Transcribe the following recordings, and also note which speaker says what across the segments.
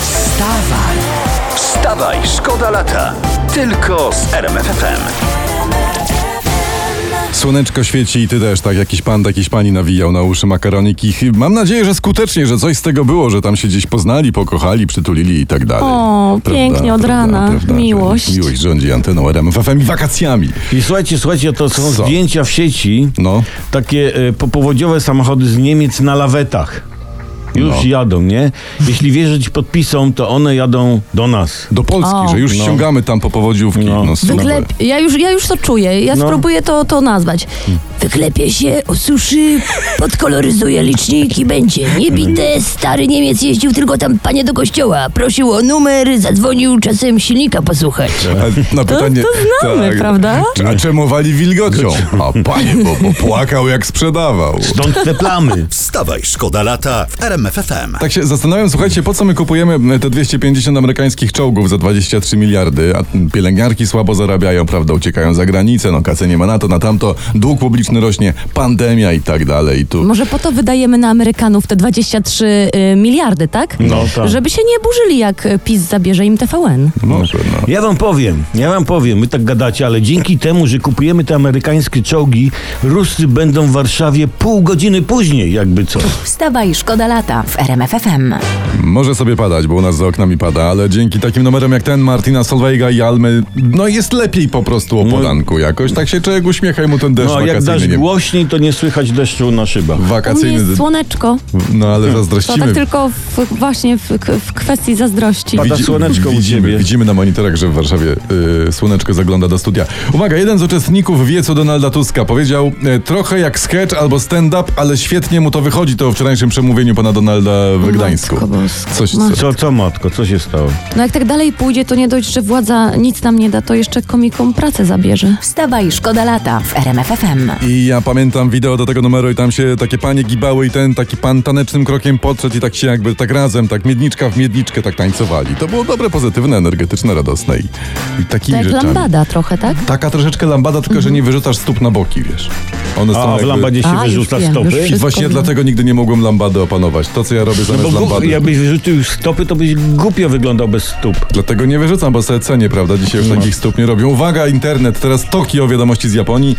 Speaker 1: Wstawaj!
Speaker 2: Wstawaj, szkoda lata. Tylko z RMFFM.
Speaker 3: Słoneczko świeci i ty też, tak jakiś pan, jakiś pani nawijał na uszy makaroniki. Chy- Mam nadzieję, że skutecznie, że coś z tego było, że tam się gdzieś poznali, pokochali, przytulili i tak dalej.
Speaker 4: O, pięknie, od rana. Miłość.
Speaker 3: Miłość rządzi anteną RMFFM i wakacjami.
Speaker 5: I słuchajcie, słuchajcie, to są
Speaker 3: Co?
Speaker 5: zdjęcia w sieci.
Speaker 3: No.
Speaker 5: Takie e, popowodziowe samochody z Niemiec na lawetach. Już
Speaker 3: No.
Speaker 5: jadą, nie? Jeśli wierzyć podpisom, to one jadą do nas.
Speaker 3: Do Polski,
Speaker 4: O.
Speaker 3: że już
Speaker 5: No.
Speaker 3: ściągamy tam po powodziówki. No,
Speaker 5: No.
Speaker 3: no super.
Speaker 4: Wyklep... Ja, już, ja już to czuję, ja
Speaker 5: No.
Speaker 4: spróbuję to, to nazwać.
Speaker 6: Wyklepie się, osuszy, podkoloryzuje licznik i będzie. Niebite, stary Niemiec jeździł tylko tam panie do kościoła. Prosił o numer, zadzwonił, czasem silnika posłuchać.
Speaker 3: A E, na pytanie, Tak.
Speaker 4: to znamy, prawda?
Speaker 3: A czemu wali wilgocią? A panie, bo, bo płakał jak sprzedawał.
Speaker 5: Stąd te plamy.
Speaker 2: Wstawaj, szkoda lata w RMFFM.
Speaker 3: Tak się zastanawiam, słuchajcie, po co my kupujemy te 250 amerykańskich czołgów za 23 miliardy, a pielęgniarki słabo zarabiają, prawda, uciekają za granicę, no kasy nie ma na to, na tamto, dług publiczny rośnie, pandemia i tak dalej. I tu
Speaker 4: Może po to wydajemy na Amerykanów te 23 y, miliardy, tak?
Speaker 5: No, tak.
Speaker 4: Żeby się nie burzyli, jak y, PiS zabierze im TVN.
Speaker 3: może, no.
Speaker 5: Ja wam powiem, ja wam powiem, my tak gadacie, ale dzięki temu, że kupujemy te amerykańskie czołgi, Ruscy będą w Warszawie pół godziny później, jakby co.
Speaker 7: Wstawaj, szkoda lata w RMFFM.
Speaker 5: no.
Speaker 3: może sobie padać, bo u nas za oknami pada, ale dzięki takim numerom jak ten Martina Solwejga i Almy, no jest lepiej po prostu o poranku jakoś, tak się człowiek uśmiecha i mu ten deszcz
Speaker 5: No, a jak dasz
Speaker 3: wakacyjny nie...
Speaker 5: głośniej, to nie słychać deszczu na szybach.
Speaker 4: U mnie
Speaker 3: Wakacyjny,
Speaker 4: jest słoneczko.
Speaker 3: no ale
Speaker 4: To
Speaker 3: zazdrościmy.
Speaker 4: tak tylko w, właśnie w, k- w kwestii zazdrości.
Speaker 5: Pada
Speaker 3: Widzi-
Speaker 5: słoneczko u
Speaker 3: widzimy,
Speaker 5: ciebie.
Speaker 3: Widzimy na monitorach, że w Warszawie y, słoneczko zagląda do studia. Uwaga, jeden z uczestników wie, co Donalda Tuska powiedział. e, trochę jak sketch albo stand-up, ale świetnie mu to wychodzi to w wczorajszym przemówieniu pana Donalda w Gdańsku.
Speaker 4: Matko Boska.
Speaker 3: Coś, co,
Speaker 4: Matko.
Speaker 5: Co, co matko, co się stało?
Speaker 4: No jak tak dalej pójdzie, to nie dość, że władza nic nam nie da, to jeszcze komikom pracę zabierze.
Speaker 7: Wstawaj, szkoda lata w RMFFM.
Speaker 3: I ja pamiętam wideo do tego numeru i tam się takie panie gibały i ten taki pan tanecznym krokiem podszedł i tak się jakby tak razem, tak miedniczka w miedniczkę tak tańcowali. To było dobre, pozytywne, energetyczne, radosne i, i takimi
Speaker 4: Tak,
Speaker 3: rzeczami.
Speaker 4: lambada trochę, tak? Mhm.
Speaker 3: Taka troszeczkę lambada, tylko że nie wyrzucasz stóp na boki, wiesz. One są
Speaker 5: A w
Speaker 3: jakby-
Speaker 5: lambadzie się
Speaker 4: A, już
Speaker 5: wyrzuca
Speaker 4: wiem, już
Speaker 5: stopy?
Speaker 4: wszystko
Speaker 3: Właśnie
Speaker 4: wiem.
Speaker 3: dlatego nigdy nie mogłem lambady opanować. To, co ja robię
Speaker 5: No
Speaker 3: zamiast
Speaker 5: bo gu-
Speaker 3: lambady.
Speaker 5: jakbyś wyrzucił stopy, to byś głupio wyglądał bez stóp.
Speaker 3: Dlatego nie wyrzucam, bo sobie cenię, prawda? Dzisiaj już
Speaker 5: No.
Speaker 3: takich stóp nie robią. Uwaga, internet, teraz Tokio, wiadomości z Japonii.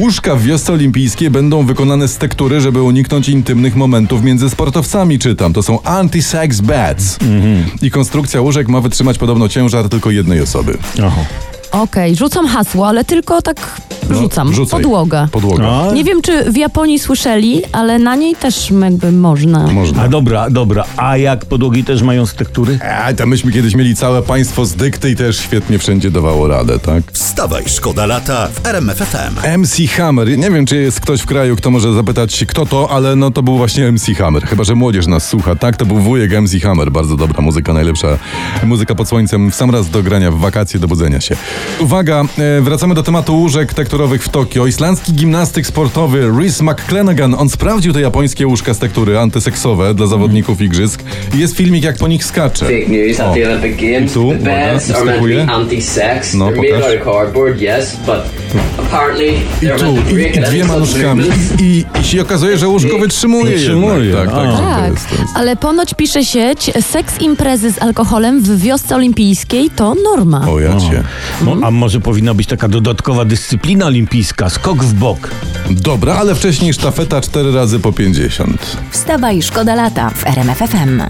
Speaker 3: Łóżka w wiosce olimpijskiej będą wykonane z tektury, żeby uniknąć intymnych momentów między sportowcami, czytam. To są anti-sex beds.
Speaker 5: Mhm.
Speaker 3: I konstrukcja łóżek ma wytrzymać podobno ciężar tylko jednej osoby.
Speaker 5: Aha.
Speaker 4: Okej, rzucam hasło, ale tylko tak rzucam.
Speaker 3: No, rzucaj.
Speaker 4: Podłoga.
Speaker 3: Podłoga.
Speaker 5: A,
Speaker 4: Nie wiem, czy w Japonii słyszeli, ale na niej też jakby można.
Speaker 3: Można.
Speaker 5: a dobra, dobra. A jak podłogi też mają z tektury?
Speaker 3: A, tam myśmy kiedyś mieli całe państwo z dykty i też świetnie wszędzie dawało radę, tak?
Speaker 2: Wstawaj, szkoda lata w RMFFM.
Speaker 3: MC Hammer. Nie wiem, czy jest ktoś w kraju, kto może zapytać, kto to, ale no to był właśnie MC Hammer. Chyba, że młodzież nas słucha. Tak, to był wujek MC Hammer. Bardzo dobra muzyka, najlepsza muzyka pod słońcem. W sam raz do grania w wakacje, do budzenia się. Uwaga, e, wracamy do tematu łóżek tekturowych w Tokio. Islandzki gimnastyk sportowy Rhys McClenagan, on sprawdził te japońskie łóżka z tektury antyseksowe dla zawodników igrzysk. I Jest filmik, jak po nich skacze.
Speaker 8: Fake news
Speaker 3: O.
Speaker 8: at the Olympic Games.
Speaker 3: Tu,
Speaker 8: the beds
Speaker 3: uwaga,
Speaker 8: are meant to be
Speaker 3: wskakuje.
Speaker 8: anti-sex.
Speaker 3: No,
Speaker 8: They're made
Speaker 3: pokaż.
Speaker 8: out of cardboard, yes, but apparently
Speaker 3: I
Speaker 8: they're
Speaker 3: tu,
Speaker 8: meant to
Speaker 3: i,
Speaker 8: break
Speaker 3: i
Speaker 8: it into
Speaker 3: dwiema
Speaker 8: such
Speaker 3: nóżkami.
Speaker 8: movements.
Speaker 3: I, I się okazuje, że łóżko wytrzymuje.
Speaker 5: Wytrzymuje,
Speaker 3: jednak. Tak, tak,
Speaker 5: a.
Speaker 3: że to
Speaker 4: Tak,
Speaker 3: jest, to jest.
Speaker 4: ale ponoć pisze sieć, seks imprezy z alkoholem w wiosce olimpijskiej to norma.
Speaker 3: O ja cię.
Speaker 5: No,
Speaker 3: Mhm.
Speaker 5: a może powinna być taka dodatkowa dyscyplina olimpijska, skok w bok.
Speaker 3: Dobra, ale wcześniej sztafeta 4 razy po 50.
Speaker 7: Wstawaj, szkoda lata w RMFFM.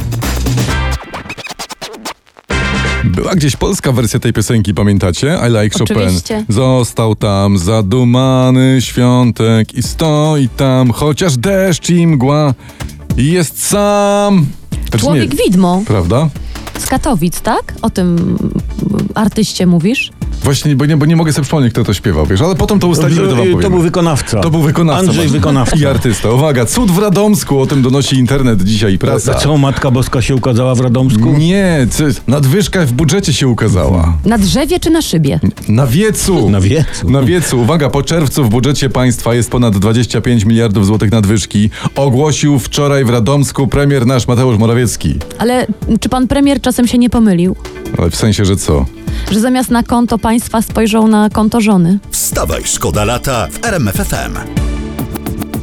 Speaker 3: Była gdzieś polska wersja tej piosenki, pamiętacie? I like Chopin.
Speaker 4: Oczywiście.
Speaker 3: Został tam zadumany świątek i stoi tam, chociaż deszcz i mgła. I Jest sam. Znaczy
Speaker 4: Człowiek
Speaker 3: nie,
Speaker 4: widmo
Speaker 3: Prawda?
Speaker 4: z Katowic, tak? O tym mm, artyście mówisz?
Speaker 3: Właśnie, bo nie, bo nie mogę sobie przypomnieć, kto to śpiewał, wiesz, ale potem to ustalimy, to wam
Speaker 5: Y,
Speaker 3: powiemy.
Speaker 5: był wykonawca.
Speaker 3: To był wykonawca.
Speaker 5: Andrzej
Speaker 3: właśnie.
Speaker 5: wykonawca.
Speaker 3: I artysta. Uwaga, cud w Radomsku, o tym donosi internet dzisiaj i prasa.
Speaker 5: A co, Matka Boska się ukazała w Radomsku?
Speaker 3: Nie, co- nadwyżka w budżecie się ukazała.
Speaker 4: Na drzewie czy na szybie?
Speaker 3: Na wiecu.
Speaker 5: Na wiecu.
Speaker 3: Na wiecu. Uwaga, po czerwcu w budżecie państwa jest ponad 25 miliardów złotych nadwyżki. Ogłosił wczoraj w Radomsku premier nasz Mateusz Morawiecki.
Speaker 4: Ale czy pan premier czasem się nie pomylił?
Speaker 3: Ale w sensie, że co?
Speaker 4: Że zamiast na konto państwa spojrzą na konto żony?
Speaker 2: Wstawaj, szkoda lata w RMFFM.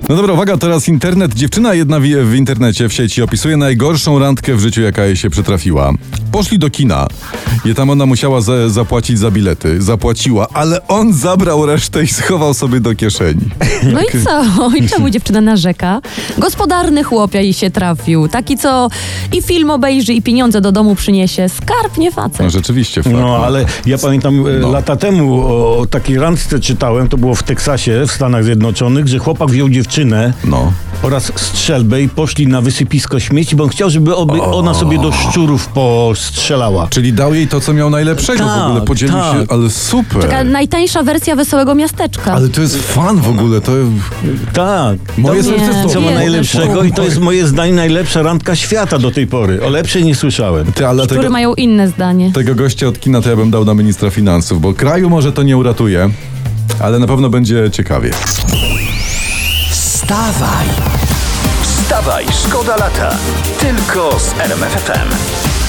Speaker 3: No dobra, uwaga, teraz internet. Dziewczyna jedna w, w internecie, w sieci opisuje najgorszą randkę w życiu, jaka jej się przytrafiła. Poszli do kina i tam ona musiała za, zapłacić za bilety. Zapłaciła, ale on zabrał resztę i schował sobie do kieszeni.
Speaker 4: No i co? I czemu dziewczyna narzeka? Gospodarny chłopia jej się trafił. Taki, co i film obejrzy, i pieniądze do domu przyniesie. Skarb, nie
Speaker 3: No
Speaker 4: facet.
Speaker 3: rzeczywiście, fakt.
Speaker 5: No, ale ja pamiętam e,
Speaker 3: No.
Speaker 5: lata temu o, o takiej randce czytałem, to było w Teksasie, w Stanach Zjednoczonych, że chłopak wziął dziewczynę
Speaker 3: No.
Speaker 5: oraz strzelbę i poszli na wysypisko śmieci, bo on chciał, żeby oby, ona sobie do szczurów postrzelała.
Speaker 3: Czyli dał jej to, co miał najlepszego w
Speaker 5: Tak,
Speaker 3: ogóle, podzielił
Speaker 5: tak.
Speaker 3: się, ale super.
Speaker 4: Taka najtańsza wersja wesołego miasteczka.
Speaker 3: tak. Ale to jest fan w ogóle, to...
Speaker 5: Tak.
Speaker 3: Moje
Speaker 5: To-
Speaker 3: serce
Speaker 4: w
Speaker 5: Co ma
Speaker 4: tobie.
Speaker 5: najlepszego i to jest moje zdanie najlepsza randka świata do tej pory. O lepszej nie słyszałem.
Speaker 3: Ty, ale
Speaker 4: które
Speaker 3: tego,
Speaker 4: mają inne zdanie.
Speaker 3: tego gościa od kina to ja bym dał na ministra finansów, bo kraju może to nie uratuje, ale na pewno będzie ciekawie.
Speaker 2: Wstawaj, szkoda lata. Tylko z RMFFM.